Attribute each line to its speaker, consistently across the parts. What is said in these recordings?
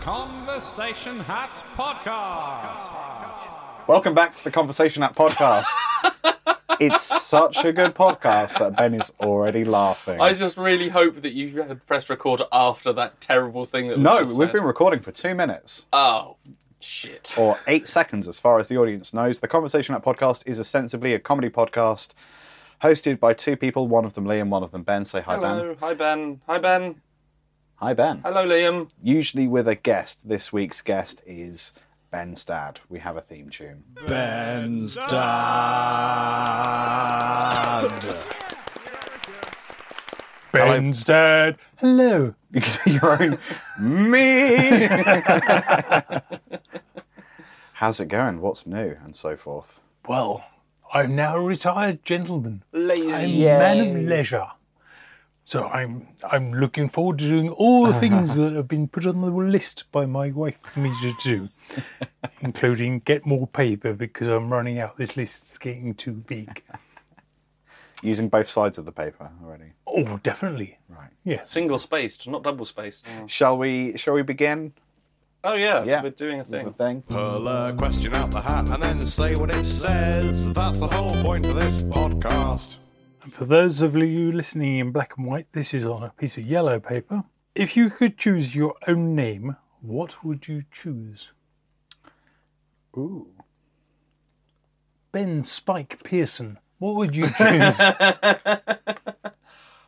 Speaker 1: Conversation Hat Podcast.
Speaker 2: Welcome back to the Conversation App podcast. it's such a good podcast that Ben is already laughing.
Speaker 3: I just really hope that you had pressed record after that terrible thing that was
Speaker 2: no,
Speaker 3: just
Speaker 2: we've
Speaker 3: said.
Speaker 2: been Oh, recording for two minutes
Speaker 3: Oh, shit.
Speaker 2: or eight seconds, as far as the audience knows. The Conversation App podcast is ostensibly a comedy podcast hosted by two people, one of them Liam, one of them Ben. Say hi, Ben.
Speaker 3: Hello. Hi, Ben. Hi, Ben.
Speaker 2: Hi, Ben.
Speaker 3: Hello, Liam.
Speaker 2: Usually with a guest. This week's guest is Ben's dad. We have a theme tune.
Speaker 1: Ben's dad.
Speaker 4: Ben's dad. Hello.
Speaker 2: You can do your own me. How's it going? What's new? And so forth.
Speaker 4: Well, I'm now a retired gentleman. I'm
Speaker 3: Lazy.
Speaker 4: a man of leisure. So I'm I'm looking forward to doing all the things that have been put on the list by my wife for me to do, including get more paper because I'm running out. This list's getting too big.
Speaker 2: Using both sides of the paper already.
Speaker 4: Oh, definitely.
Speaker 2: Right.
Speaker 4: Yes.
Speaker 3: Single spaced, not double spaced.
Speaker 2: Shall we shall we begin?
Speaker 3: Oh, yeah.
Speaker 2: Oh. Yeah.
Speaker 3: We're doing a
Speaker 2: The
Speaker 3: thing.
Speaker 2: thing.
Speaker 1: Pull a question out the hat and then say what it says. That's the whole point of this podcast.
Speaker 4: For those of you listening in black and white, this is on a piece of yellow paper. If you could choose your own name, what would you choose?
Speaker 2: Ooh.
Speaker 4: Ben Spike Pearson. What would you choose?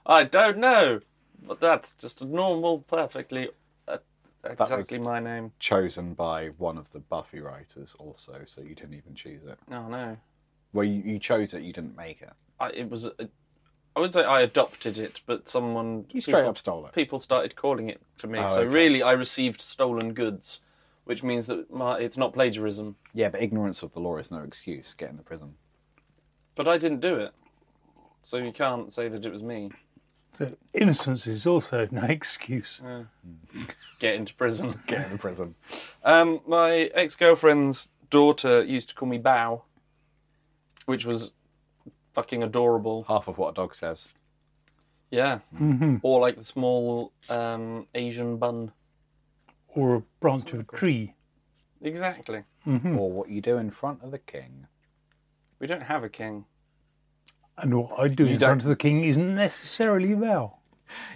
Speaker 3: I don't know. But that's just a normal, perfectly, uh,
Speaker 2: was-
Speaker 3: exactly my name.
Speaker 2: Chosen by one of the Buffy writers also, so you didn't even choose it.
Speaker 3: Oh, no.
Speaker 2: Well you, you chose it, you didn't make it.
Speaker 3: I, it was. A, I wouldn't say I adopted it, but someone.
Speaker 2: You straight up stole it.
Speaker 3: people started calling it to me.
Speaker 2: Oh,
Speaker 3: so
Speaker 2: okay.
Speaker 3: really, I received stolen goods, which means that my, it's not plagiarism.
Speaker 2: Yeah, but ignorance of the law is no excuse. Get in the prison.
Speaker 3: But I didn't do it, so you can't say that it was me.
Speaker 4: so innocence is also no excuse.
Speaker 3: Get into prison.
Speaker 2: Get in the prison.
Speaker 3: um, my ex-girlfriend's daughter used to call me Bow, which was fucking adorable.
Speaker 2: Half of what a dog says.
Speaker 3: Yeah,
Speaker 2: Mm-hmm.
Speaker 3: or like the small um, Asian bun.
Speaker 4: Or a branch of a tree.
Speaker 3: Exactly.
Speaker 4: Hmm.
Speaker 2: Or what you do in front of the king.
Speaker 3: We don't have a king.
Speaker 4: And what I do in
Speaker 2: don't-
Speaker 4: front of the king isn't necessarily thou.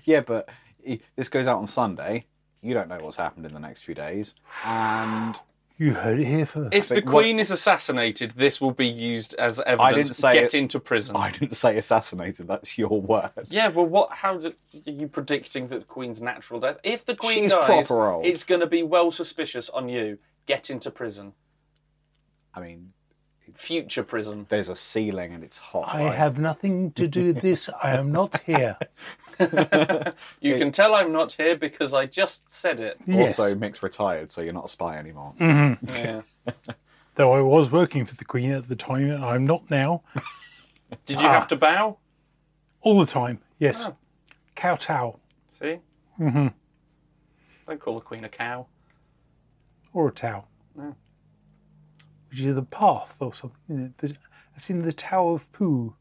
Speaker 2: Yeah, but i- this goes out on Sunday. You don't know what's happened in the next few days. And
Speaker 4: You heard it here first.
Speaker 3: If the
Speaker 2: think what-
Speaker 3: queen is assassinated, this will be used as evidence.
Speaker 2: didn't say
Speaker 3: Get
Speaker 2: it.
Speaker 3: into prison.
Speaker 2: I didn't say assassinated, that's your word.
Speaker 3: Yeah, well, what? How did, are you predicting that the Queen's natural death? If the Queen
Speaker 2: She's
Speaker 3: dies,
Speaker 2: proper old.
Speaker 3: it's going to be well suspicious on you. Get into prison,
Speaker 2: I mean,
Speaker 3: future prison.
Speaker 2: there's a ceiling and it's hot.
Speaker 4: I
Speaker 2: right?
Speaker 4: have nothing to do with this. I am not here.
Speaker 3: You can tell I'm not here because I just said it.
Speaker 4: yes. Mm.
Speaker 2: Also, Mick's retired, so you're not a spy anymore.
Speaker 3: Yeah.
Speaker 4: Though I was working for the queen at the time, and I'm not now.
Speaker 3: Did you have to bow?
Speaker 4: All the time. Yes. Kowtow.
Speaker 3: See. Mm-hmm. Don't call the Queen a cow.
Speaker 4: Or a tow. Which is the path or something. isn't it? The- It's in the Tower of Pooh.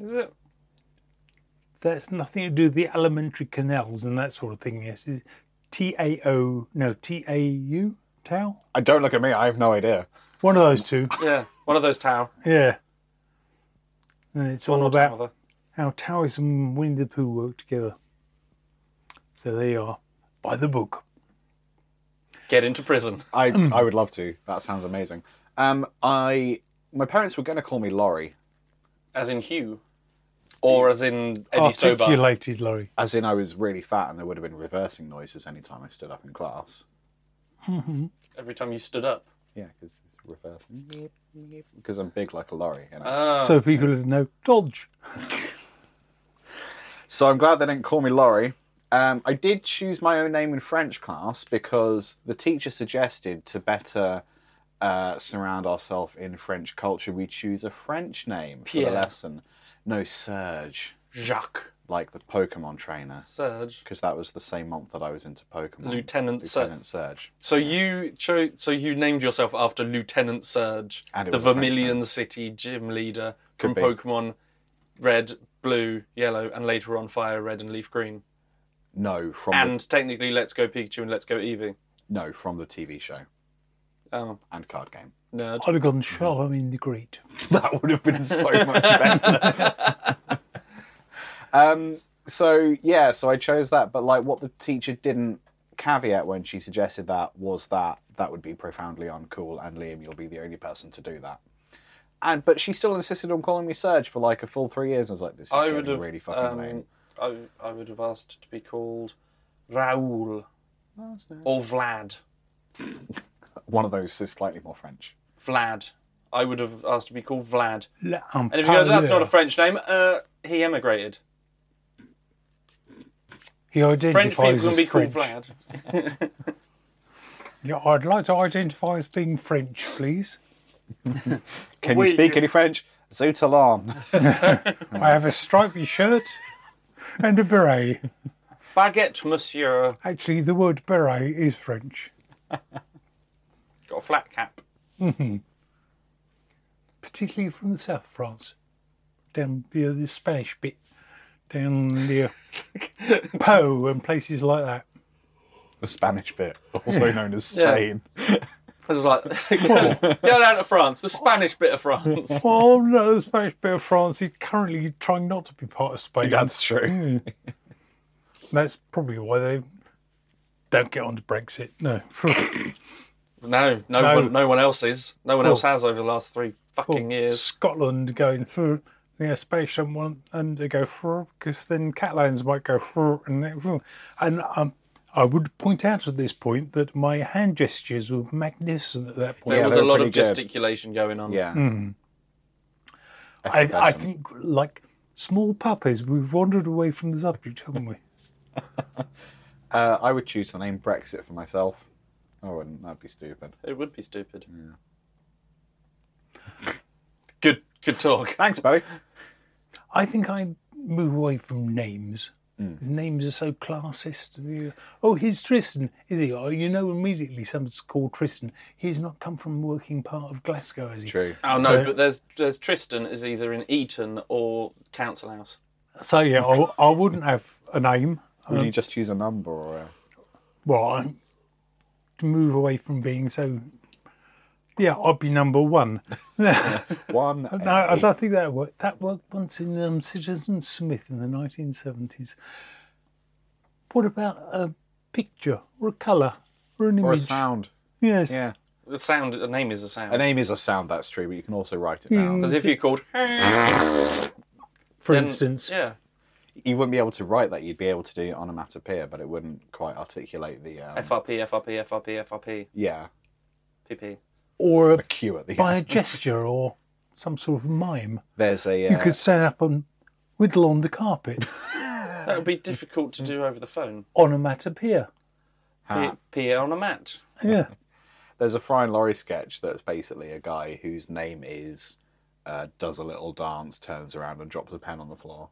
Speaker 3: Is it?
Speaker 4: that's nothing to do with the elementary canals and that sort of thing. Yes, T A O no T A U Tau.
Speaker 2: I don't look at me, I have no idea.
Speaker 4: One of those two.
Speaker 3: Yeah. One of those tau.
Speaker 4: Yeah. And it's all
Speaker 3: Or
Speaker 4: about
Speaker 3: another.
Speaker 4: how Taoism and Winnie the Pooh work together. So they are by the book.
Speaker 3: Get into prison.
Speaker 2: I,
Speaker 4: Mm.
Speaker 2: I would love to. That sounds amazing. Um, I My parents were going to call me Laurie,
Speaker 3: As in Hugh, or as in Eddie Stobart.
Speaker 4: Articulated Laurie.
Speaker 2: as in I was really fat and there would have been reversing noises any time I stood up in class.
Speaker 3: Every time you stood up.
Speaker 2: Yeah, because it's reversing. Because I'm big like a lorry. You know?
Speaker 3: Ah.
Speaker 4: So people would know Dodge.
Speaker 2: So I'm glad they didn't call me Laurie. Um, I did choose my own name in French class because the teacher suggested to better uh, surround ourselves in French culture, we choose a French name for
Speaker 3: Pierre.
Speaker 2: the lesson. No, Serge,
Speaker 3: Jacques.
Speaker 2: like the Pokemon trainer,
Speaker 3: Serge.
Speaker 2: because that was the same month that I was into Pokemon.
Speaker 3: Lieutenant Serge.
Speaker 2: Lieutenant Serge.
Speaker 3: So you cho- so you named yourself after Lieutenant Surge,
Speaker 2: And it
Speaker 3: the
Speaker 2: was a French
Speaker 3: Vermilion City gym leader from
Speaker 2: be.
Speaker 3: Pokemon Red, Blue, Yellow, and later on Fire Red and Leaf Green.
Speaker 2: No, from the,
Speaker 3: and technically Let's Go Pikachu and Let's Go Eevee.
Speaker 2: no, from the TV show
Speaker 3: Oh,
Speaker 2: and card game.
Speaker 3: nerd.
Speaker 4: I'd have gone Charlemagne the Great.
Speaker 2: That would have been so much better. um, so yeah, so I chose that, but like what the teacher didn't caveat when she suggested that was that that would be profoundly uncool, and Liam, you'll be the only person to do that. And but she still insisted on calling me Serge for like a full three years. I was like, this is
Speaker 3: I
Speaker 2: getting
Speaker 3: would have um,
Speaker 2: really fucking lame.
Speaker 3: I, I would have asked to be called Raoul or Vlad.
Speaker 2: One of those is slightly more French.
Speaker 3: Vlad. I would have asked to be called Vlad.
Speaker 4: And
Speaker 3: And if you go, that's not a French name. Uh, he emigrated.
Speaker 4: he
Speaker 3: French
Speaker 4: identifies
Speaker 3: people can
Speaker 4: as
Speaker 3: be
Speaker 4: French.
Speaker 3: called Vlad.
Speaker 4: Yeah, I'd like to identify as being French, please.
Speaker 2: Can you
Speaker 3: Oui,
Speaker 2: speak
Speaker 3: you-
Speaker 2: any French? Zut alarm.
Speaker 4: I have a stripy shirt and a beret.
Speaker 3: Baguette, Monsieur.
Speaker 4: Actually, the word beret is French.
Speaker 3: Got a flat cap.
Speaker 4: particularly from the south of France, down the, the Spanish bit, down the uh, Po and places like that.
Speaker 2: the Spanish bit, also known as Spain.
Speaker 3: I was like, go down to France, the Spanish bit of France.
Speaker 4: Well, Oh, no, the Spanish bit of France is currently trying not to be part of Spain.
Speaker 2: That's true.
Speaker 4: That's probably why they don't get onto Brexit. No,
Speaker 3: No, no,
Speaker 4: No.
Speaker 3: One, no one else is. No one
Speaker 2: Oh.
Speaker 3: else has over the last three fucking years.
Speaker 4: Scotland going for. Yeah, Spanish don't want them to go for because then Catalans might go for and they- for. and um, I would point out at this point that my hand gestures were magnificent at that point.
Speaker 3: There
Speaker 2: Yeah,
Speaker 3: was
Speaker 2: they
Speaker 3: a
Speaker 2: were
Speaker 3: lot of
Speaker 2: pretty good.
Speaker 3: gesticulation going on.
Speaker 2: Yeah.
Speaker 4: I, I
Speaker 2: that's some-
Speaker 4: think, like small puppies, we've wandered away from the subject, haven't we?
Speaker 2: Uh, I would choose the name Brexit for myself. I wouldn't. That'd be stupid.
Speaker 3: It would be stupid. Good, good talk.
Speaker 2: Thanks, Bowie.
Speaker 4: I think I move away from names.
Speaker 3: Hmm.
Speaker 4: Names are so classist. You- Oh, he's Tristan, is he? Oh, you know immediately someone's called Tristan. He's not come from the working part of Glasgow, has he?
Speaker 2: True.
Speaker 3: Oh no,
Speaker 4: Yeah.
Speaker 3: but there's there's Tristan is either in Eton or Council House.
Speaker 4: So yeah, I, I wouldn't have a name.
Speaker 2: Would you just choose a number or a...
Speaker 4: Well, I, to move away from being so. Yeah, I'd be number one.
Speaker 2: one?
Speaker 4: No, I don't think that worked. That worked once in um, Citizen Smith in the 1970s. What about a picture or a colour or an
Speaker 2: or a
Speaker 4: image?
Speaker 2: sound.
Speaker 4: Yes.
Speaker 2: Yeah.
Speaker 3: The sound, a name is a sound.
Speaker 2: A name is a sound, that's true, but you can also write it
Speaker 4: Hmm.
Speaker 2: down.
Speaker 3: Because if you called,
Speaker 4: For
Speaker 3: then-
Speaker 4: instance,
Speaker 3: yeah,
Speaker 2: You wouldn't be able to write that. You'd be able to do onomatopoeia, but it wouldn't quite articulate the... Um,
Speaker 3: FRP, FRP, FRP, FRP,
Speaker 2: yeah.
Speaker 3: PP.
Speaker 4: or
Speaker 2: The
Speaker 4: a,
Speaker 2: Q at the
Speaker 4: by
Speaker 2: end.
Speaker 4: a gesture or some sort of mime,
Speaker 2: There's a... Uh,
Speaker 4: you could stand up and whittle on the carpet.
Speaker 3: That would be difficult to do over the phone.
Speaker 4: Onomatopoeia.
Speaker 2: uh,
Speaker 3: P,
Speaker 2: Ah.
Speaker 3: P on a mat.
Speaker 4: Yeah.
Speaker 2: There's a Fry and Laurie sketch that's basically a guy whose name is... Uh, does a little dance, turns around and drops a pen on the floor.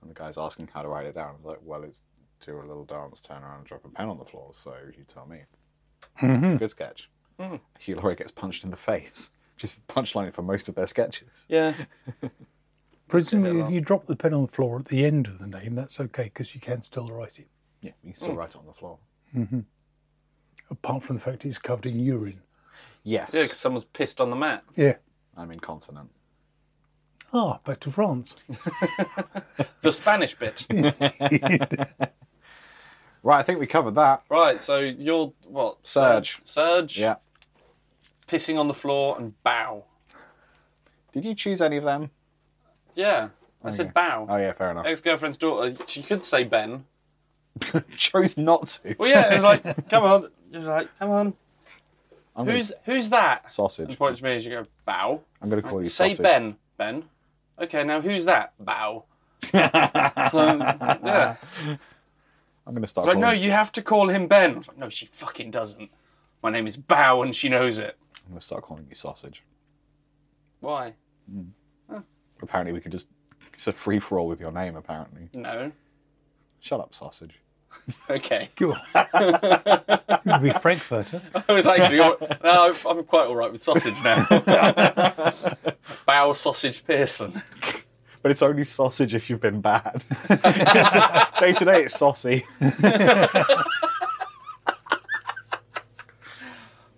Speaker 2: And the guy's asking how to write it down. It's like, well, it's do a little dance, turn around and drop a pen on the floor, so you tell me. It's a good sketch.
Speaker 3: Mm.
Speaker 2: Hugh Laurie gets punched in the face, which is the punchline for most of their sketches.
Speaker 3: Yeah,
Speaker 4: Presumably, if you drop the pen on the floor at the end of the name, that's okay because you can still write it,
Speaker 2: Yeah, you can still
Speaker 3: Mm.
Speaker 2: write it on the floor.
Speaker 4: apart from the fact it's covered in urine.
Speaker 2: Yes,
Speaker 3: yeah, because someone's pissed on the mat.
Speaker 4: Yeah.
Speaker 2: I'm incontinent.
Speaker 4: Ah, back to France.
Speaker 3: The Spanish bit.
Speaker 2: Right, I think we covered that.
Speaker 3: Right, so you're what?
Speaker 2: Surge.
Speaker 3: Surge.
Speaker 2: Yeah.
Speaker 3: Pissing on the floor and bow.
Speaker 2: Did you choose any of them?
Speaker 3: Yeah, I said bow.
Speaker 2: Oh yeah, fair enough.
Speaker 3: Ex girlfriend's daughter. She could say Ben.
Speaker 2: chose not to.
Speaker 3: Oh. Well, yeah, it was like, come on. It was like, come on.
Speaker 2: I'm gonna,
Speaker 3: Who's who's that?
Speaker 2: Sausage.
Speaker 3: And points to me as you go bow.
Speaker 2: I'm going to call you
Speaker 3: Say
Speaker 2: sausage.
Speaker 3: Ben. Ben. Okay, now who's that? Bow. so, yeah.
Speaker 2: I'm going to start.
Speaker 3: But
Speaker 2: Calling,
Speaker 3: no, you have to call him Ben. I was like, no, she fucking doesn't. My name is Bow, and she knows it.
Speaker 2: I'm going to start calling you sausage.
Speaker 3: Why?
Speaker 2: Apparently, we could just. It's a free for all with your name. Apparently,
Speaker 3: No.
Speaker 2: shut up, sausage.
Speaker 3: Okay.
Speaker 4: Go on. It'll be Frankfurter.
Speaker 3: I was actually no, I'm quite all right with sausage now. Bow sausage Pearson.
Speaker 2: but it's only sausage if you've been bad. Just day to day, it's saucy.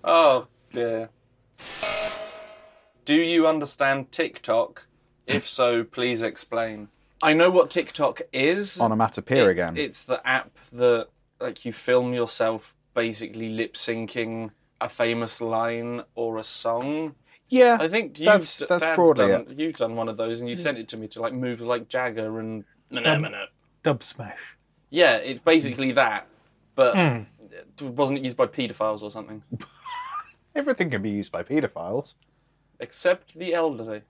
Speaker 3: Oh dear. Do you understand TikTok? If so, please explain. I know what TikTok is.
Speaker 2: Onomatopoeia
Speaker 3: It-
Speaker 2: again.
Speaker 3: It's the app that like you film yourself basically lip syncing a famous line or a song.
Speaker 2: yeah,
Speaker 3: I think you've
Speaker 2: that's that's
Speaker 3: Dad's
Speaker 2: broadly
Speaker 3: done,
Speaker 2: it.
Speaker 3: you've done one of those and you sent it to me to like move like Jagger and Um,
Speaker 4: Dub smash.
Speaker 3: yeah, it's basically that, but
Speaker 2: Hmm.
Speaker 3: it wasn't it used by paedophiles or something?
Speaker 2: Everything can be used by paedophiles.
Speaker 3: Except the elderly.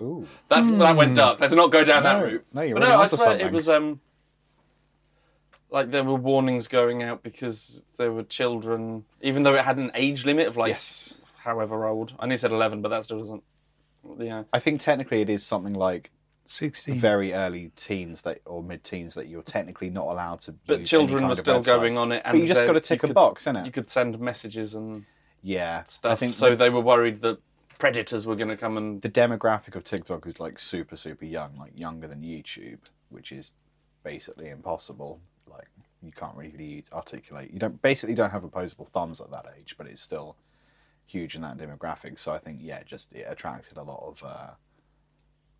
Speaker 2: Ooh,
Speaker 3: That's that went dark. Let's not go down
Speaker 2: Hmm. No,
Speaker 3: that route.
Speaker 2: no, you're
Speaker 3: but
Speaker 2: really
Speaker 3: no, I
Speaker 2: onto
Speaker 3: swear it
Speaker 2: something.
Speaker 3: was um like there were warnings going out because there were children, even though it had an age limit of like
Speaker 2: yes.
Speaker 3: however old. I nearly said eleven, but that still doesn't. Yeah,
Speaker 2: I think technically it is something like
Speaker 3: Hmm.
Speaker 4: 16.
Speaker 2: very early teens that or mid teens that you're technically not allowed to. use
Speaker 3: but
Speaker 2: any
Speaker 3: children
Speaker 2: kind
Speaker 3: were
Speaker 2: of
Speaker 3: still
Speaker 2: website.
Speaker 3: going on it. And
Speaker 2: you just
Speaker 3: there-
Speaker 2: gotta tick a
Speaker 3: could-
Speaker 2: box, innit?
Speaker 3: You could send messages and
Speaker 2: Yeah,
Speaker 3: stuff.
Speaker 2: I think
Speaker 3: so they were worried that predators were going to come and
Speaker 2: the demographic of TikTok is like super super young, like younger than YouTube, which is basically impossible. Like you can't really articulate. You don't basically don't have opposable thumbs at that age, but it's still huge in that demographic. So I think yeah, just it attracted a lot of uh,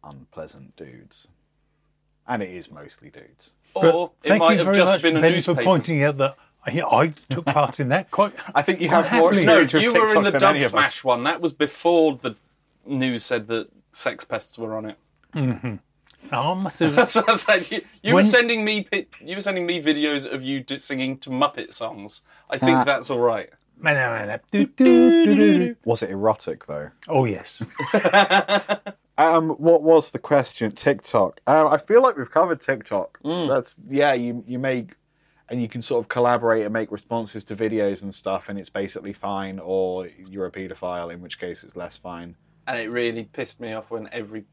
Speaker 2: unpleasant dudes, and it is mostly dudes.
Speaker 4: But
Speaker 3: or it
Speaker 4: thank
Speaker 3: might
Speaker 4: you
Speaker 3: have
Speaker 4: very
Speaker 3: just
Speaker 4: much,
Speaker 3: been a
Speaker 4: ben,
Speaker 3: newspaper.
Speaker 4: for pointing out that I, I took part in that quite.
Speaker 2: I think you have more
Speaker 4: happily. No,
Speaker 3: No,
Speaker 2: experience with
Speaker 3: you
Speaker 2: TikTok
Speaker 3: were in the
Speaker 2: than
Speaker 3: Dub
Speaker 2: any of us.
Speaker 3: Smash one. That was before the news said that sex pests were on it.
Speaker 4: I must have.
Speaker 3: so it's like you, you were
Speaker 4: When-
Speaker 3: sending me pi- you were sending me videos of you d- singing to Muppet songs. I think
Speaker 2: Ah.
Speaker 3: that's all right.
Speaker 4: Man, man, man, do, do, do, do.
Speaker 2: Was it erotic though?
Speaker 4: Oh, yes.
Speaker 2: Um, what was the question? TikTok. Um, I feel like we've covered TikTok.
Speaker 3: Mm.
Speaker 2: That's yeah. You you make and you can sort of collaborate and make responses to videos and stuff, and it's basically fine. Or you're a paedophile, in which case it's less fine.
Speaker 3: And it really pissed me off when every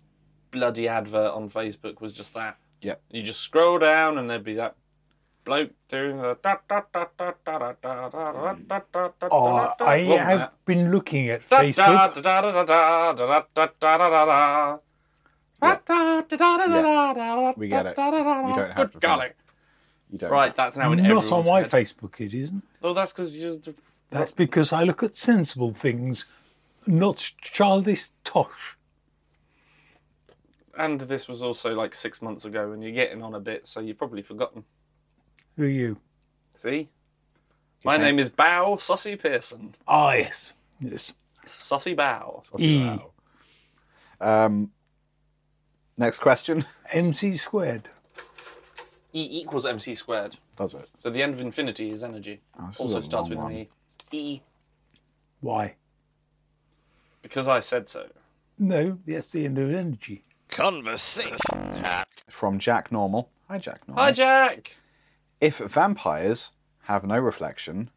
Speaker 3: bloody advert on Facebook was just that.
Speaker 2: Yep.
Speaker 3: You just scroll down and there'd be that bloke doing the da da da da da da da da da da da da.
Speaker 4: Oh, I
Speaker 3: Wasn't
Speaker 4: have
Speaker 3: that?
Speaker 4: been looking at
Speaker 3: Da da
Speaker 4: Facebook.
Speaker 3: da da da da da da da da da.
Speaker 2: Yeah. We get it. You don't have to
Speaker 3: Good
Speaker 2: think.
Speaker 3: golly.
Speaker 2: You don't
Speaker 3: Right, that's now in
Speaker 4: Not on
Speaker 3: everyone's
Speaker 4: my
Speaker 3: head.
Speaker 4: Facebook, it isn't.
Speaker 3: Oh, that's because you're. the-
Speaker 4: That's because I look at sensible things, not childish tosh.
Speaker 3: And this was also like six months ago, and you're getting on a bit, so you've probably forgotten.
Speaker 4: Who are you?
Speaker 3: See? My
Speaker 2: name-
Speaker 3: name is Bow Saucy Pearson.
Speaker 4: Ah, yes. Yes.
Speaker 3: Saucy Bow.
Speaker 4: E.
Speaker 2: Wow. Um, next question.
Speaker 4: MC squared.
Speaker 3: E equals MC squared.
Speaker 2: Does it?
Speaker 3: So the end of infinity is energy.
Speaker 2: Oh, this is
Speaker 3: also
Speaker 2: a
Speaker 3: starts with
Speaker 2: long
Speaker 3: an E. E.
Speaker 4: Why?
Speaker 3: Because I said so.
Speaker 4: No, that's the end of energy.
Speaker 5: Conversation.
Speaker 2: From Jack Normal. Hi, Jack Normal.
Speaker 3: Hi, Jack!
Speaker 2: if vampires have no reflection,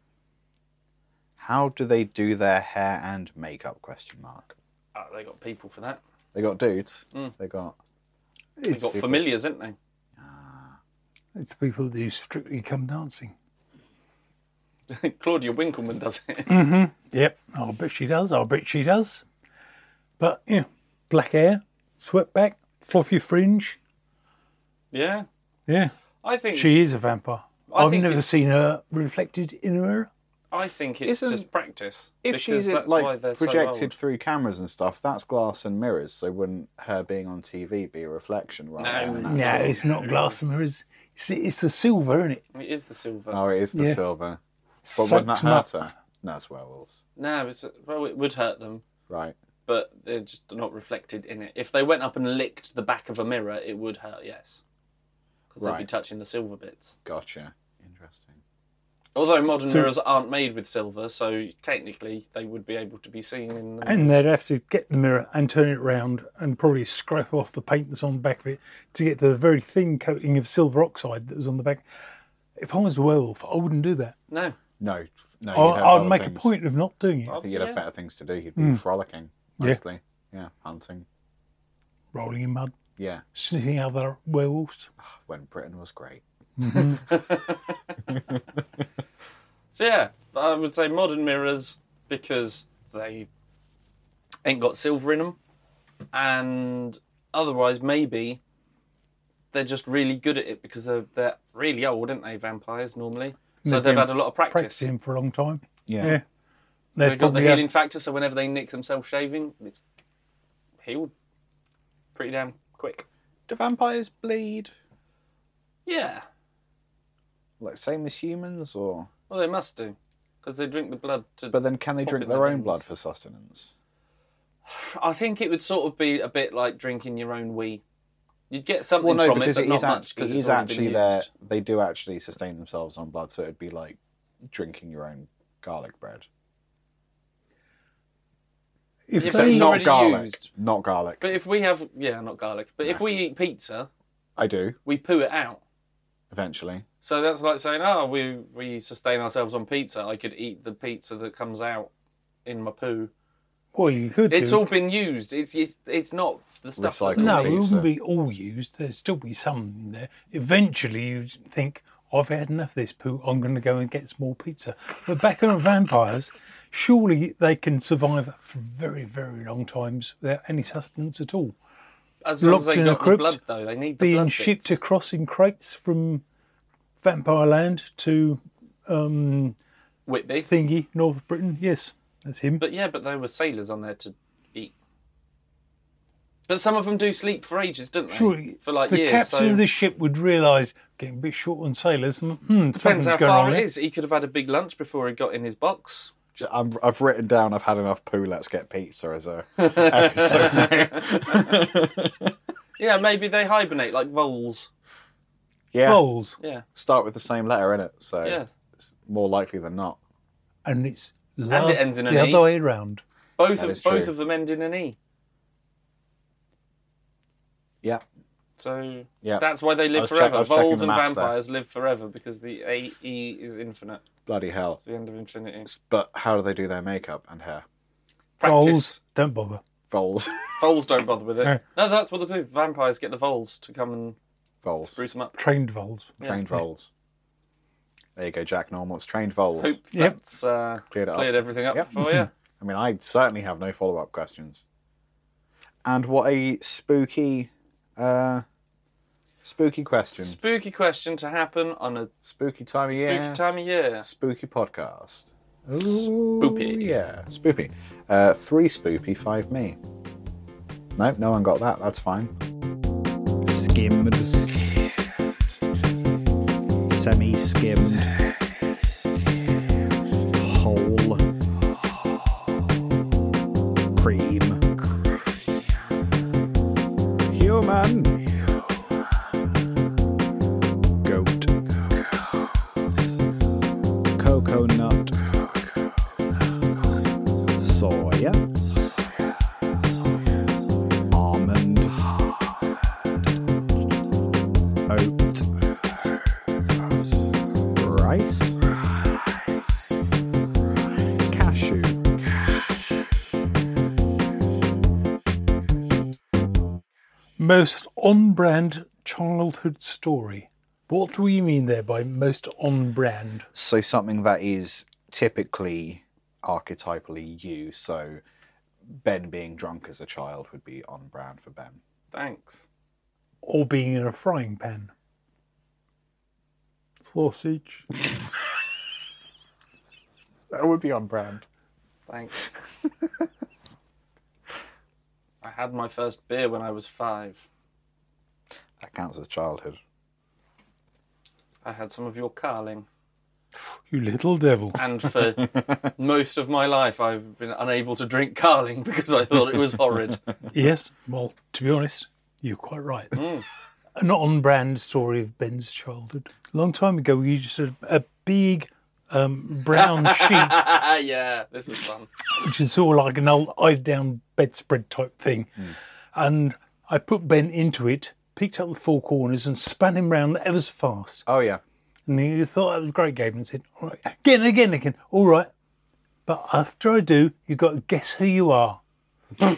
Speaker 2: how do they do their hair and makeup? Question mark.
Speaker 3: Oh, they got people for that.
Speaker 2: They got dudes.
Speaker 3: Mm.
Speaker 2: They got
Speaker 3: They got familiars, didn't they?
Speaker 4: It's people that use strictly come dancing.
Speaker 3: Claudia Winkleman does it.
Speaker 4: Yep. I'll bet she does. I'll bet she does. But, yeah, black hair, swept back, floppy fringe.
Speaker 3: yeah.
Speaker 4: Yeah.
Speaker 3: I think
Speaker 4: She is a vampire.
Speaker 3: I
Speaker 4: I've
Speaker 3: think
Speaker 4: never
Speaker 3: it's-
Speaker 4: seen her reflected in a mirror.
Speaker 3: I think it's
Speaker 2: Isn't-
Speaker 3: just practice.
Speaker 2: if
Speaker 3: because
Speaker 2: she's in-
Speaker 3: that's why
Speaker 2: like
Speaker 3: they're so
Speaker 2: projected
Speaker 3: old.
Speaker 2: through cameras and stuff. That's glass and mirrors. So wouldn't her being on TV be a reflection? Right.
Speaker 3: No.
Speaker 4: No, it's not glass and mirrors. It's, it's the silver, isn't it?
Speaker 3: It is the silver.
Speaker 2: Oh, it is the
Speaker 4: Yeah.
Speaker 2: silver. But wouldn't that
Speaker 4: Sucks 'em up.
Speaker 2: hurt her? No, it's werewolves.
Speaker 3: No, it's well, it would hurt them,
Speaker 2: Right.
Speaker 3: but they're just not reflected in it. If they went up and licked the back of a mirror, it would hurt, yes, because they'd be
Speaker 2: Right.
Speaker 3: touching the silver bits.
Speaker 2: Gotcha. Interesting.
Speaker 3: Although modern
Speaker 4: So-
Speaker 3: mirrors aren't made with silver, so technically they would be able to be seen in. The...
Speaker 4: And they'd have to get the mirror and turn it round and probably scrape off the paint that's on the back of it to get to the very thin coating of silver oxide that was on the back. If I was a werewolf, I wouldn't do that.
Speaker 3: No,
Speaker 2: No. No.
Speaker 4: I,
Speaker 2: you'd have
Speaker 4: I'd
Speaker 2: other
Speaker 4: make
Speaker 2: things.
Speaker 4: a point Hmm. of not doing it.
Speaker 2: I think you'd have
Speaker 3: Yeah.
Speaker 2: better things to do. You'd be frolicking mostly. yeah. Hunting.
Speaker 4: Rolling in mud,
Speaker 2: Yeah.
Speaker 4: sniffing other werewolves.
Speaker 2: When Britain was great.
Speaker 3: so yeah, I would say modern mirrors because they ain't got silver in them, and otherwise maybe they're just really good at it because they're they're really old, aren't they? Vampires normally, so
Speaker 4: They've
Speaker 3: they've
Speaker 4: been
Speaker 3: had a lot of practice.
Speaker 4: Practicing for a long time.
Speaker 2: Yeah.
Speaker 4: Yeah.
Speaker 3: They've got the
Speaker 4: probably have-
Speaker 3: healing factor, so whenever they nick themselves shaving, it's healed pretty damn quick.
Speaker 2: Do vampires bleed?
Speaker 3: Yeah,
Speaker 2: Like same as humans, or
Speaker 3: well they must do because they drink the blood to
Speaker 2: but then can they drink
Speaker 3: Popular
Speaker 2: their own
Speaker 3: means.
Speaker 2: blood for sustenance?
Speaker 3: I think it would sort of be a bit like drinking your own wee. You'd get something
Speaker 2: Well, no,
Speaker 3: from
Speaker 2: because
Speaker 3: it,
Speaker 2: it
Speaker 3: but
Speaker 2: is,
Speaker 3: not
Speaker 2: act-
Speaker 3: much because
Speaker 2: it
Speaker 3: it's
Speaker 2: is
Speaker 3: already
Speaker 2: actually
Speaker 3: been
Speaker 2: their.
Speaker 3: used.
Speaker 2: They do actually sustain themselves on blood, so it'd be like drinking your own garlic bread.
Speaker 4: If
Speaker 3: Yeah, but
Speaker 2: So
Speaker 4: they,
Speaker 3: it's
Speaker 2: not
Speaker 3: already
Speaker 2: garlic,
Speaker 3: used.
Speaker 2: not garlic.
Speaker 3: But if we have, yeah, not garlic. But if we eat pizza,
Speaker 2: I do
Speaker 3: we poo it out.
Speaker 2: eventually.
Speaker 3: So that's like saying, oh, we we sustain ourselves on pizza. I could eat the pizza that comes out in my poo.
Speaker 4: well, you could.
Speaker 3: It's
Speaker 4: do.
Speaker 3: all been used. It's it's, it's not the stuff. that-
Speaker 2: Recycled.
Speaker 4: No,
Speaker 2: Pizza.
Speaker 4: it wouldn't be all used. There'd still be some in there. Eventually, you'd think, I've had enough of this poo. I'm going to go and get some more pizza. But back on vampires, surely they can survive for very, very long times without any sustenance at all.
Speaker 3: as long as
Speaker 4: locked
Speaker 3: they
Speaker 4: in a
Speaker 3: got the
Speaker 4: crypt,
Speaker 3: blood though, they need the
Speaker 4: Being
Speaker 3: blood
Speaker 4: shipped
Speaker 3: bits.
Speaker 4: across in crates from Vampire Land to um,
Speaker 3: Whitby.
Speaker 4: Thingy, North Britain. Yes, that's him.
Speaker 3: But yeah, but there were sailors on there to eat. But some of them do sleep for ages, don't they?
Speaker 4: Surely
Speaker 3: for like
Speaker 4: the
Speaker 3: years.
Speaker 4: captain
Speaker 3: so
Speaker 4: of the ship would realise getting a bit short on sailors. And, hmm,
Speaker 3: depends
Speaker 4: something's
Speaker 3: how
Speaker 4: going
Speaker 3: far
Speaker 4: on
Speaker 3: it
Speaker 4: here."
Speaker 3: is. He could have had a big lunch before he got in his box.
Speaker 2: J- I'm, I've written down. I've had enough poo. Let's get pizza as a episode. name.
Speaker 3: Yeah, maybe they hibernate like voles.
Speaker 2: yeah,
Speaker 4: Voles.
Speaker 3: Yeah,
Speaker 2: start with the same letter in it, so
Speaker 3: yeah.
Speaker 2: it's more likely than not.
Speaker 4: and it's
Speaker 3: it
Speaker 4: love
Speaker 3: ends in an
Speaker 4: the
Speaker 3: E.
Speaker 4: other way around.
Speaker 3: Both
Speaker 2: That
Speaker 3: of
Speaker 2: is
Speaker 3: both
Speaker 2: true.
Speaker 3: of them end in an e.
Speaker 2: Yeah,
Speaker 3: So
Speaker 2: Yeah.
Speaker 3: that's why they
Speaker 2: I
Speaker 3: live
Speaker 2: was check- I
Speaker 3: forever.
Speaker 2: was checking
Speaker 3: voles
Speaker 2: the
Speaker 3: and
Speaker 2: maps there.
Speaker 3: vampires live forever because the a e is infinite.
Speaker 2: bloody hell!
Speaker 3: It's the end of infinity.
Speaker 2: But how do they do their makeup and hair?
Speaker 3: Practice.
Speaker 4: Voles, don't bother.
Speaker 2: Voles,
Speaker 3: Voles don't bother with it.
Speaker 4: No.
Speaker 3: No, that's what they do. Vampires get the voles to come and
Speaker 2: voles,
Speaker 3: spruce them up.
Speaker 4: Trained voles.
Speaker 3: yeah.
Speaker 2: trained voles. There you go, Jack. Normal. It's trained voles.
Speaker 3: Hope
Speaker 4: Yep.
Speaker 3: that's uh,
Speaker 2: Cleared it up.
Speaker 3: cleared everything up
Speaker 2: Yep.
Speaker 3: for you.
Speaker 2: I mean, I certainly have no follow up questions. And what a spooky, uh, spooky question.
Speaker 3: Spooky question to happen on a
Speaker 2: Spooky time of
Speaker 3: spooky
Speaker 2: year.
Speaker 3: time of year.
Speaker 2: Spooky podcast.
Speaker 3: Spoopy.
Speaker 2: Oh, Yeah, spoopy. Uh, three spoopy, five me. Nope, no one got that. That's fine.
Speaker 5: skimmed, semi skimmed, whole, cream, human, goat, coconut, soya, almond oat, rice, cashew.
Speaker 4: Most on-brand childhood story. What do we mean there by most on-brand?
Speaker 2: So, something that is typically archetypally you. So, Ben being drunk as a child would be on brand for Ben.
Speaker 3: Thanks.
Speaker 4: Or being in a frying pan? Sausage.
Speaker 2: That would be on brand.
Speaker 3: Thanks. I had my first beer when I was five.
Speaker 2: That counts as childhood.
Speaker 3: I had some of your carling.
Speaker 4: You little devil.
Speaker 3: And for most of my life, I've been unable to drink carling because I thought it was horrid.
Speaker 4: yes. Well, to be honest, you're quite right. An on-brand story of Ben's childhood. A long time ago, we used a, a big um, brown sheet
Speaker 3: Ah, yeah, this was fun.
Speaker 4: which is sort of like an old eyes down bedspread type thing. And I put Ben into it, picked up the four corners and span him round ever so fast.
Speaker 2: Oh, yeah.
Speaker 4: And he thought that was a great game and said, All right, again, again, again, all right. But after I do, you've got to guess who you are. and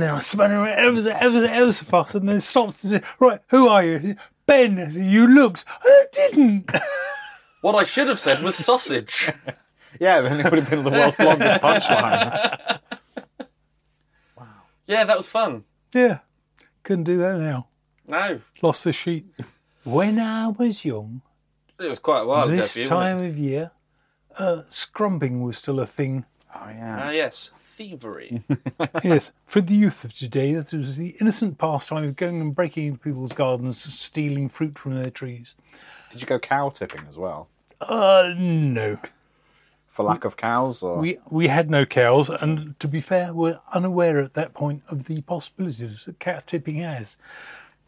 Speaker 4: then I span him around ever so, ever so, ever so fast and then stops and says, Right, who are you? He said, Ben, I said, you looked. I didn't.
Speaker 3: What I should have said was sausage.
Speaker 2: Yeah, then it would have been the world's longest punchline.
Speaker 3: Yeah, that was fun.
Speaker 4: Yeah, couldn't do that now.
Speaker 3: No,
Speaker 4: Lost the sheet. When I was young,
Speaker 3: it was quite a while ago.
Speaker 4: this
Speaker 3: for you, wasn't
Speaker 4: time of year, uh, scrumbing was still a thing.
Speaker 2: Oh
Speaker 3: it?
Speaker 2: yeah.
Speaker 3: Ah, yes, thievery.
Speaker 4: yes, for the youth of today, that was the innocent pastime of going and breaking into people's gardens, stealing fruit from their trees.
Speaker 2: Did you go cow tipping as well?
Speaker 4: Uh, no.
Speaker 2: For lack of cows or
Speaker 4: We we had no cows, and to be fair, were unaware at that point of the possibilities that cow tipping has.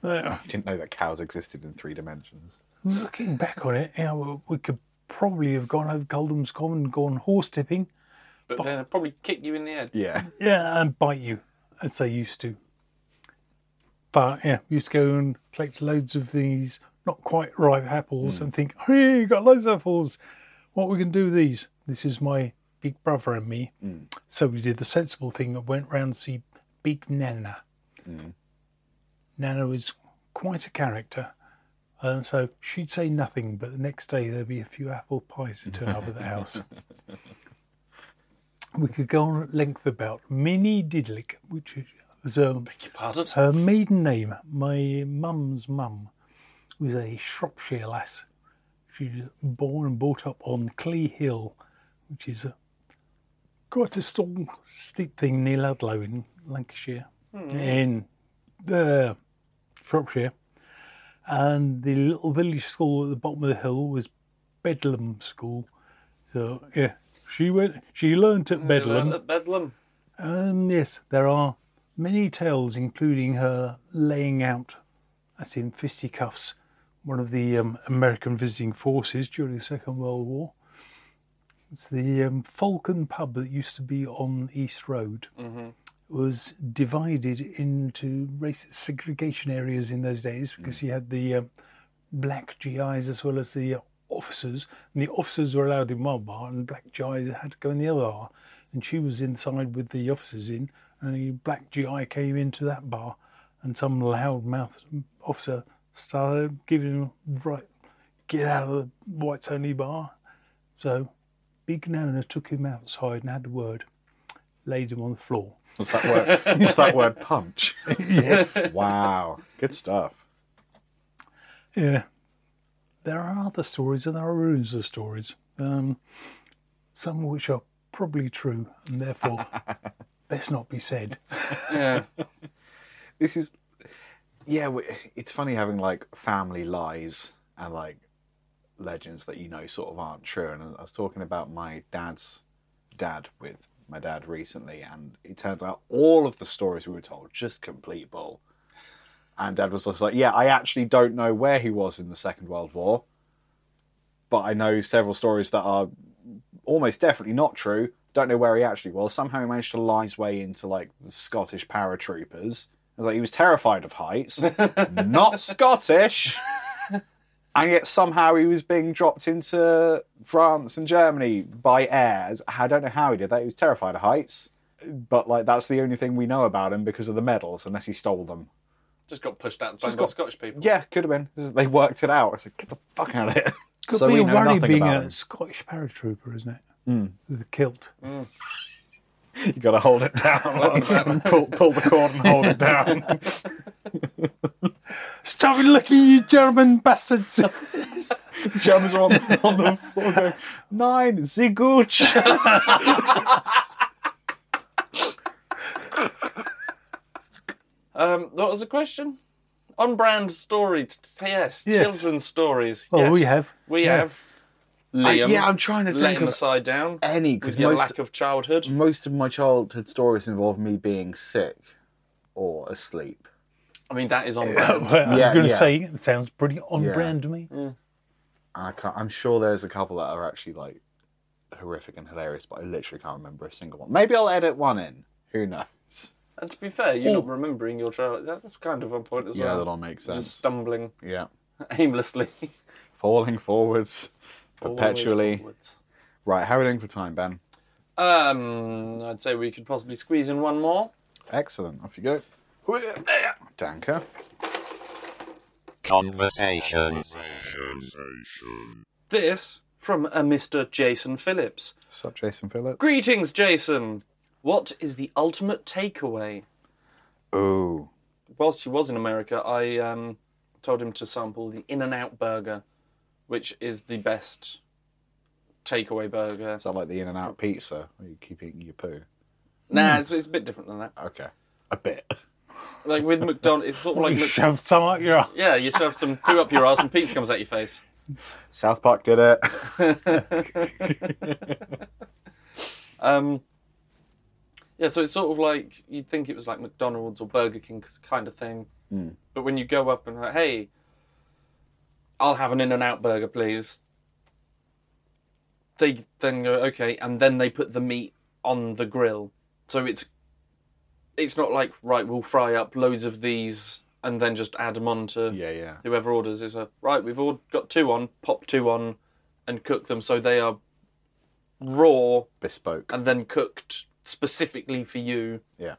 Speaker 2: I didn't know that cows existed in three dimensions.
Speaker 4: Looking back on it, you know, we could probably have gone over Coldham's Common and gone horse tipping,
Speaker 3: but then it'd probably kick you in the head.
Speaker 2: Yeah.
Speaker 4: yeah, and bite you, as they used to. But yeah, we used to go and collect loads of these not quite ripe apples and think, hey, got loads of apples. What we can do with these? This is my big brother and me. So we did the sensible thing and went round to see Big Nana. Nana was quite a character. Um, so she'd say nothing, but the next day there'd be a few apple pies to turn up at the house. We could go on at length about Minnie Didlick, which was um,
Speaker 3: Pardon?
Speaker 4: her maiden name. My mum's mum was a Shropshire lass. She was born and brought up on Clee Hill, which is a, quite a strong, steep thing near Ludlow in Lancashire, in uh, Shropshire. And the little village school at the bottom of the hill was Bedlam School. So, yeah, she went. She learnt at Bedlam.
Speaker 3: Uh, Bedlam.
Speaker 4: Um, yes, there are many tales, including her laying out, as in fisticuffs, one of the um, American visiting forces during the Second World War. It's the um, Falcon pub that used to be on East Road. Was divided into race segregation areas in those days because you had the um, black GIs as well as the officers, and the officers were allowed in one bar, and black GIs had to go in the other bar. And she was inside with the officers in, and the black GI came into that bar, and some loud-mouthed officer started giving him right, get out of the whites only bar. So, Big Nana took him outside and had a word, laid him on the floor.
Speaker 2: What's that word? What's that word? Punch.
Speaker 4: Yes.
Speaker 2: Wow. Good stuff.
Speaker 4: Yeah. There are other stories and there are ruins of stories, um, some of which are probably true and therefore best not be said.
Speaker 3: Yeah.
Speaker 2: This is. Yeah, we- it's funny having like family lies and like legends that you know sort of aren't true. And I was talking about my dad's dad with my dad recently, and it turns out all of the stories we were told just complete bull. And dad was just like, "Yeah, I actually don't know where he was in the Second World War, but I know several stories that are almost definitely not true. Don't know where he actually was. Somehow he managed to lie his way into like the Scottish paratroopers. I was like, he was terrified of heights, not Scottish." and yet somehow he was being dropped into France and Germany by airs. I don't know how he did that. He was terrified of heights, but like that's the only thing we know about him because of the medals, unless he stole them.
Speaker 3: Just got pushed out by
Speaker 2: got-
Speaker 3: Scottish people.
Speaker 2: Yeah, could have been. This is- They worked it out. I said, get the fuck out of here.
Speaker 4: Could
Speaker 2: So
Speaker 4: be
Speaker 2: we
Speaker 4: a
Speaker 2: know
Speaker 4: worry
Speaker 2: nothing
Speaker 4: being
Speaker 2: about Hmm.
Speaker 4: a
Speaker 2: him.
Speaker 4: Scottish paratrooper, isn't it? With a kilt.
Speaker 2: You got to hold it down. pull, pull the cord and hold it down.
Speaker 4: Stop looking, you German bastards!
Speaker 2: Germans are on, on the floor going, nine, Ziguch.
Speaker 3: Um, what was the question? On brand stories. Yes.
Speaker 4: Yes.
Speaker 3: Children's stories.
Speaker 4: Well,
Speaker 3: yes.
Speaker 4: we have.
Speaker 3: We
Speaker 4: Yeah.
Speaker 3: have. Uh, Liam.
Speaker 2: yeah, I'm trying to think
Speaker 3: letting
Speaker 2: of
Speaker 3: the side down.
Speaker 2: any
Speaker 3: With
Speaker 2: because
Speaker 3: your
Speaker 2: most
Speaker 3: lack of childhood.
Speaker 2: most of my childhood stories involve me being sick or asleep.
Speaker 3: I mean, that is on
Speaker 4: Well,
Speaker 3: brand.
Speaker 4: I'm
Speaker 2: Yeah,
Speaker 4: going to
Speaker 2: yeah.
Speaker 4: say it sounds pretty on
Speaker 2: Yeah.
Speaker 4: brand to me.
Speaker 2: And I can't, I'm sure there's a couple that are actually like horrific and hilarious, but I literally can't remember a single one. Maybe I'll edit one in. Who knows?
Speaker 3: And to be fair, you're not remembering your child. That's kind of on point as
Speaker 2: Yeah,
Speaker 3: well.
Speaker 2: that'll make sense.
Speaker 3: Just stumbling
Speaker 2: Yeah,
Speaker 3: aimlessly.
Speaker 2: falling forwards
Speaker 3: Always
Speaker 2: perpetually.
Speaker 3: forwards.
Speaker 2: Right, how are we doing for time, Ben?
Speaker 3: Um, I'd say we could possibly squeeze in one more.
Speaker 2: Excellent. Off you go. Danker.
Speaker 6: Conversations.
Speaker 3: This from a Mr. Jason Phillips.
Speaker 2: Sup, Jason Phillips.
Speaker 3: Greetings, Jason. What is the ultimate takeaway?
Speaker 2: Oh,
Speaker 3: whilst he was in America, I um, told him to sample the In and Out burger, which is the best takeaway burger.
Speaker 2: Is that like the In and Out pizza where you keep eating your poo?
Speaker 4: Hmm.
Speaker 3: Nah, it's, it's a bit different than that.
Speaker 2: Okay, a bit.
Speaker 3: Like with McDonald's, it's sort of like
Speaker 4: you
Speaker 3: Mc-
Speaker 4: shove some up your
Speaker 3: yeah, you shove some poo up your ass and pizza comes out your face.
Speaker 2: South Park did it.
Speaker 3: Um, yeah, so it's sort of like you'd think it was like McDonald's or Burger King kind of thing, but when you go up and like, hey, I'll have an In and Out burger, please. They then go okay, and then they put the meat on the grill, so it's it's not like right, we'll fry up loads of these and then just add them on to
Speaker 2: yeah, yeah.
Speaker 3: whoever orders is a right. We've all got two on, pop two on, and cook them so they are raw
Speaker 2: Bespoke.
Speaker 3: and then cooked specifically for you.
Speaker 2: Yeah.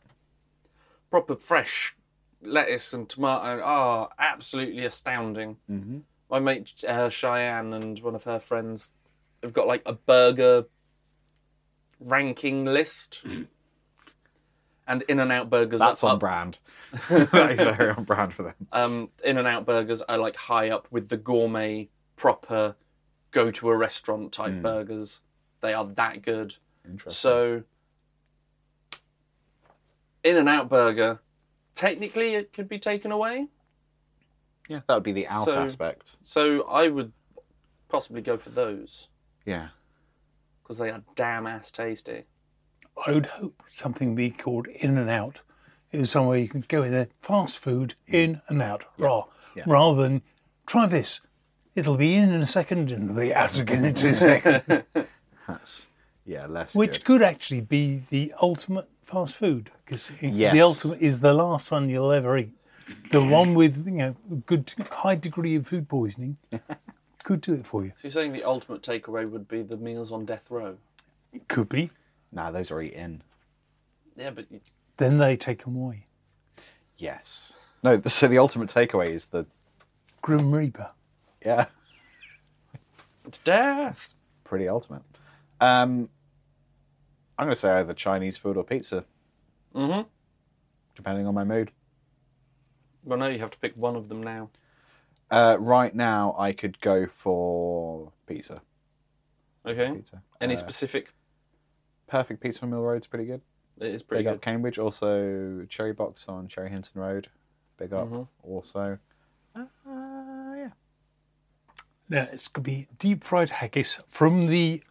Speaker 3: Proper fresh lettuce and tomato are absolutely astounding. Mm-hmm. My mate uh, Cheyenne and one of her friends have got like a burger ranking list, and In and Out burgers.
Speaker 2: That's
Speaker 3: are
Speaker 2: on
Speaker 3: up-
Speaker 2: brand. that is very on brand for them.
Speaker 3: um, In and Out burgers are like high up with the gourmet, proper, go to a restaurant type
Speaker 2: Mm.
Speaker 3: burgers. They are that good.
Speaker 2: Interesting.
Speaker 3: So, In and Out burger, technically it could be taken away.
Speaker 2: Yeah, that would be the out
Speaker 3: So-
Speaker 2: aspect.
Speaker 3: So I would possibly go for those
Speaker 2: Yeah.
Speaker 3: because they are damn ass tasty.
Speaker 4: I would hope something be called In and Out. It was somewhere you could go in there, fast food, in and out, raw, rather than try this. It'll be in in a second and it'll be out again in two seconds,
Speaker 2: That's yeah, less
Speaker 4: which
Speaker 2: good.
Speaker 4: could actually be the ultimate fast food because
Speaker 2: Yes.
Speaker 4: the ultimate is the last one you'll ever eat. The one with you know a good high degree of food poisoning could do it for you.
Speaker 3: So you're saying the ultimate takeaway would be the meals on death row?
Speaker 4: It could be.
Speaker 2: Nah, those are eaten.
Speaker 3: Yeah, but you-
Speaker 4: Then they take them away.
Speaker 2: Yes. No, the, so the ultimate takeaway is the
Speaker 4: Grim Reaper.
Speaker 2: yeah,
Speaker 3: it's death.
Speaker 2: pretty ultimate. Um I'm gonna say either Chinese food or pizza. Mm-hmm. Depending on my mood.
Speaker 3: Well, no, you have to pick one of them now.
Speaker 2: Uh, right now I could go for pizza.
Speaker 3: Okay.
Speaker 2: Pizza.
Speaker 3: Any specific?
Speaker 2: Perfect pizza on Mill Road's pretty good.
Speaker 3: It is pretty
Speaker 2: Big
Speaker 3: good.
Speaker 2: up Cambridge. Also, Cherry Box on Cherry Hinton Road. Big up.
Speaker 3: Mm-hmm.
Speaker 2: Also,
Speaker 3: Uh,
Speaker 4: Now, it's going to be deep fried haggis from the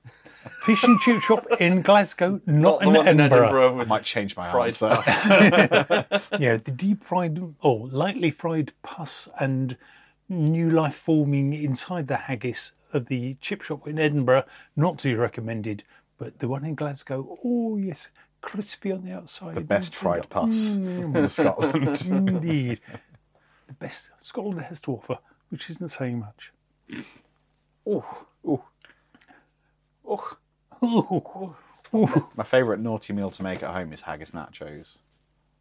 Speaker 4: fish and chip shop in Glasgow, not,
Speaker 3: the
Speaker 4: in,
Speaker 3: one in
Speaker 4: Edinburgh.
Speaker 3: Edinburgh
Speaker 2: I
Speaker 3: with
Speaker 2: might change my
Speaker 3: fried
Speaker 2: answer.
Speaker 3: pus.
Speaker 4: Yeah, the deep fried or lightly fried pus and new life forming inside the haggis of the chip shop in Edinburgh, not to be recommended. But the one in Glasgow, oh yes, crispy on the outside.
Speaker 2: the best fried pus
Speaker 3: Mm.
Speaker 2: in Scotland.
Speaker 4: Indeed. the best Scotland has to offer, which isn't saying much.
Speaker 3: Oh,
Speaker 4: Ooh, ooh.
Speaker 2: my favourite naughty meal to make at home is haggis nachos,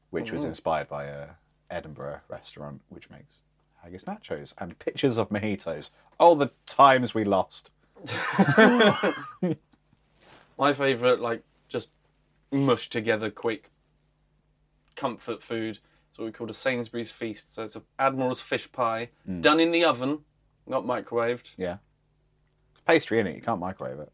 Speaker 2: which
Speaker 3: Mm-hmm.
Speaker 2: was inspired by a Edinburgh restaurant which makes haggis nachos and pictures of mojitos. Oh, the times we lost.
Speaker 3: my favourite, like just mush together quick comfort food. It's what we call a Sainsbury's feast. So it's an Admiral's fish pie done in the oven, not microwaved.
Speaker 2: Mm. Yeah, it's pastry in it. You can't microwave it.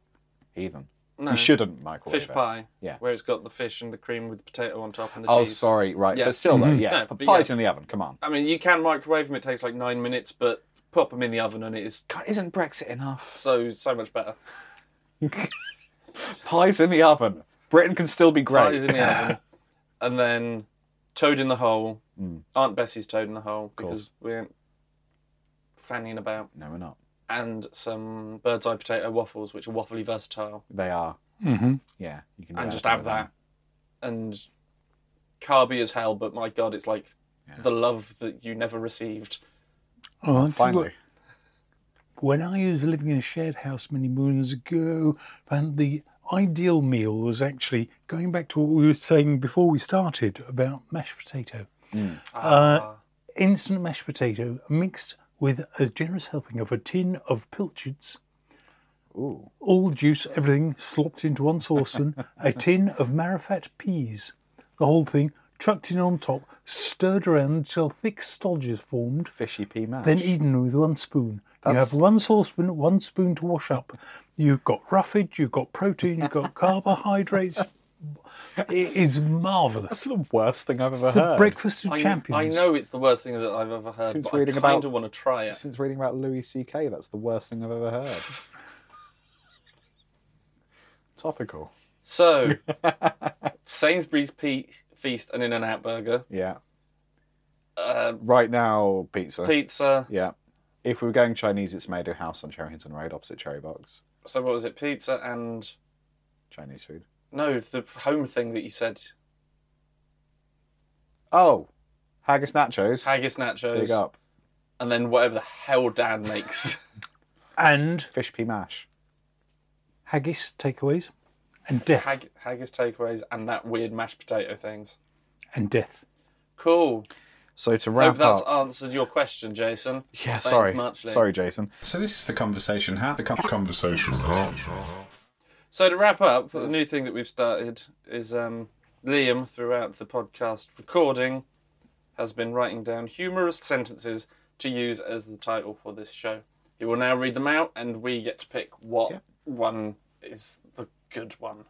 Speaker 2: Heathen.
Speaker 3: No,
Speaker 2: You shouldn't microwave
Speaker 3: fish
Speaker 2: it.
Speaker 3: pie.
Speaker 2: Yeah.
Speaker 3: where it's got the fish and the cream with the potato on top and the
Speaker 2: Oh,
Speaker 3: cheese.
Speaker 2: sorry. Right,
Speaker 3: Yeah.
Speaker 2: but still though, yeah,
Speaker 3: No,
Speaker 2: but
Speaker 3: but
Speaker 2: pie's
Speaker 3: yeah.
Speaker 2: in the oven. Come on.
Speaker 3: I mean, you can microwave them. It takes like nine minutes, but pop them in the oven and it is
Speaker 2: God, isn't Brexit enough?
Speaker 3: so so much better.
Speaker 2: Pies in the oven. Britain can still be great.
Speaker 3: Pies in the oven, and then toad in the hole.
Speaker 2: Mm.
Speaker 3: Aunt Bessie's toad in the hole because we ain't fanning about.
Speaker 2: No, we're not.
Speaker 3: and some bird's eye potato waffles, which are waffly versatile,
Speaker 2: They are. Yeah, you can. do
Speaker 3: and
Speaker 2: that
Speaker 3: just
Speaker 2: with
Speaker 3: have that.
Speaker 2: them.
Speaker 3: And carby as hell, but my god, it's like the love that you never received.
Speaker 4: Oh, I'll tell you
Speaker 2: Finally,
Speaker 4: When I was living in a shared house many moons ago, and the ideal meal was actually going back to what we were saying before we started about mashed potato. Uh, instant mashed potato mixed with a generous helping of a tin of pilchards. All juice, everything slopped into one saucepan, a tin of marifat peas, the whole thing trucked in on top, stirred around until thick stodge is formed,
Speaker 2: Fishy pea mash.
Speaker 4: then eaten with one spoon. You
Speaker 2: That's-
Speaker 4: have one saucepan, one spoon to wash up. You've got roughage, you've got protein, you've got carbohydrates. It is marvellous.
Speaker 2: That's the worst thing I've ever
Speaker 4: It's
Speaker 2: heard.
Speaker 4: the breakfast of
Speaker 3: I,
Speaker 4: champions.
Speaker 3: I know it's the worst thing that I've ever heard,
Speaker 2: Since
Speaker 3: but I
Speaker 2: reading
Speaker 3: kind
Speaker 2: about-
Speaker 3: of want to try it.
Speaker 2: Since reading about Louis C.K., that's the worst thing I've ever heard. Topical.
Speaker 3: So, Sainsbury's Pe- Feast and In-N-Out Burger,
Speaker 2: Yeah.
Speaker 3: uh,
Speaker 2: Right now, pizza.
Speaker 3: pizza.
Speaker 2: yeah. If we were going Chinese, it's Mado House on Cherry Hinton Road, opposite Cherry Box.
Speaker 3: So what was it? Pizza and
Speaker 2: Chinese food.
Speaker 3: no, the home thing that you said,
Speaker 2: Oh, haggis nachos.
Speaker 3: haggis nachos,
Speaker 2: Big up.
Speaker 3: and then whatever the hell Dan makes.
Speaker 4: And
Speaker 2: Fish pea mash.
Speaker 4: haggis takeaways and death.
Speaker 3: Hag- haggis takeaways and that weird mashed potato things.
Speaker 4: and death.
Speaker 3: Cool.
Speaker 2: So to
Speaker 3: Hope
Speaker 2: wrap
Speaker 3: that's
Speaker 2: up.
Speaker 3: answered your question, Jason.
Speaker 2: yeah,
Speaker 3: Thanks
Speaker 2: sorry.
Speaker 3: muchly.
Speaker 2: Sorry, Jason.
Speaker 1: So this is the conversation. How the conversation?
Speaker 3: So to wrap up, the new thing that we've started is um, Liam throughout the podcast recording has been writing down humorous sentences to use as the title for this show. He will now read them out, and we get to pick what one is the good one.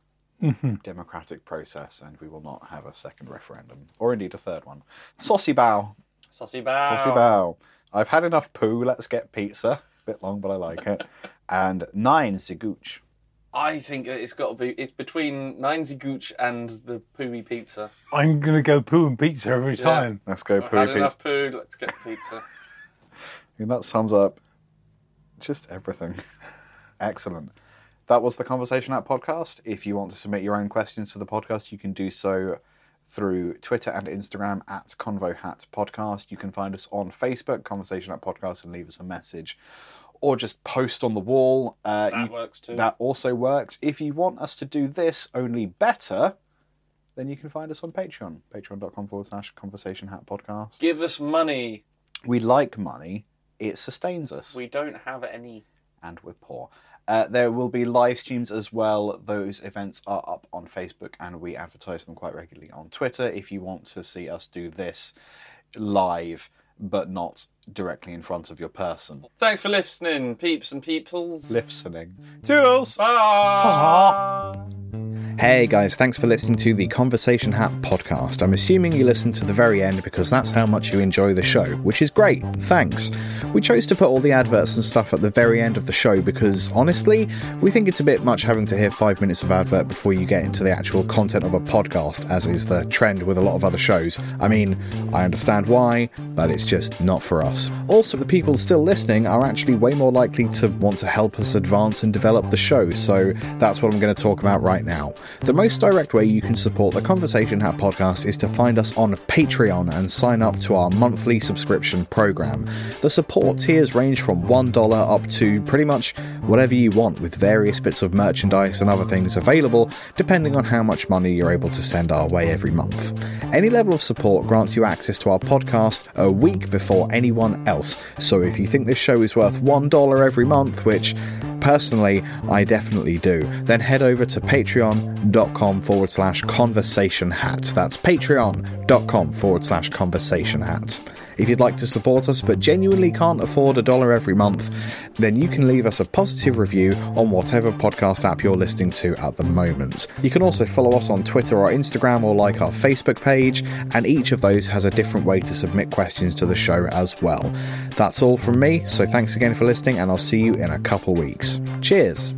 Speaker 2: Democratic process, and we will not have a second referendum, or indeed a third one. Saucy bow.
Speaker 3: Saucy bow.
Speaker 2: Saucy bow. I've had enough poo. Let's get pizza. Bit long, but I like it. and nine zigooch.
Speaker 3: I think that it's got to be. It's between Ninzy Gooch and the Pooey Pizza.
Speaker 4: I'm going to go poo and pizza every
Speaker 3: Yeah.
Speaker 4: time.
Speaker 2: Let's go
Speaker 3: I've
Speaker 2: poo
Speaker 3: had
Speaker 2: pizza.
Speaker 3: enough poo. Let's get pizza.
Speaker 2: I mean, that sums up just everything. Excellent. That was the Conversation App podcast. If you want to submit your own questions to the podcast, you can do so through Twitter and Instagram at Convo Hat Podcast. You can find us on Facebook, Conversation App Podcast, and leave us a message or just post on the wall. Uh,
Speaker 3: That
Speaker 2: you-
Speaker 3: works too.
Speaker 2: that also works. If you want us to do this only better, then you can find us on Patreon, patreon.com forward slash Conversation Hat Podcast.
Speaker 3: Give us money.
Speaker 2: We like money, it sustains us
Speaker 3: We don't have any.
Speaker 2: and we're poor. Uh, there will be live streams as well. Those events are up on Facebook and we advertise them quite regularly on Twitter. If you want to see us do this live, but not directly in front of your person,
Speaker 3: Thanks for listening, peeps and peoples.
Speaker 2: listening. Toodles!
Speaker 3: Ah.
Speaker 2: Hey guys, thanks for listening to the Conversation Hat podcast. I'm assuming you listened to the very end because that's how much you enjoy the show, which is great. Thanks. We chose to put all the adverts and stuff at the very end of the show because honestly, we think it's a bit much having to hear five minutes of advert before you get into the actual content of a podcast, as is the trend with a lot of other shows. I mean, I understand why, but it's just not for us. Also, the people still listening are actually way more likely to want to help us advance and develop the show, so that's what I'm going to talk about right now. The most direct way you can support the Conversation Hat podcast is to find us on Patreon and sign up to our monthly subscription program. The support tiers range from $1 up to pretty much whatever you want, with various bits of merchandise and other things available, depending on how much money you're able to send our way every month. Any level of support grants you access to our podcast a week before anyone else, so if you think this show is worth $1 every month, which personally I definitely do, then head over to patreon.com forward slash conversation hat. That's patreon.com forward slash conversation hat. If you'd like to support us but genuinely can't afford a dollar every month, then you can leave us a positive review on whatever podcast app you're listening to at the moment. You can also follow us on Twitter or Instagram or like our Facebook page, and each of those has a different way to submit questions to the show as well. That's all from me, so thanks again for listening, and I'll see you in a couple weeks. Cheers!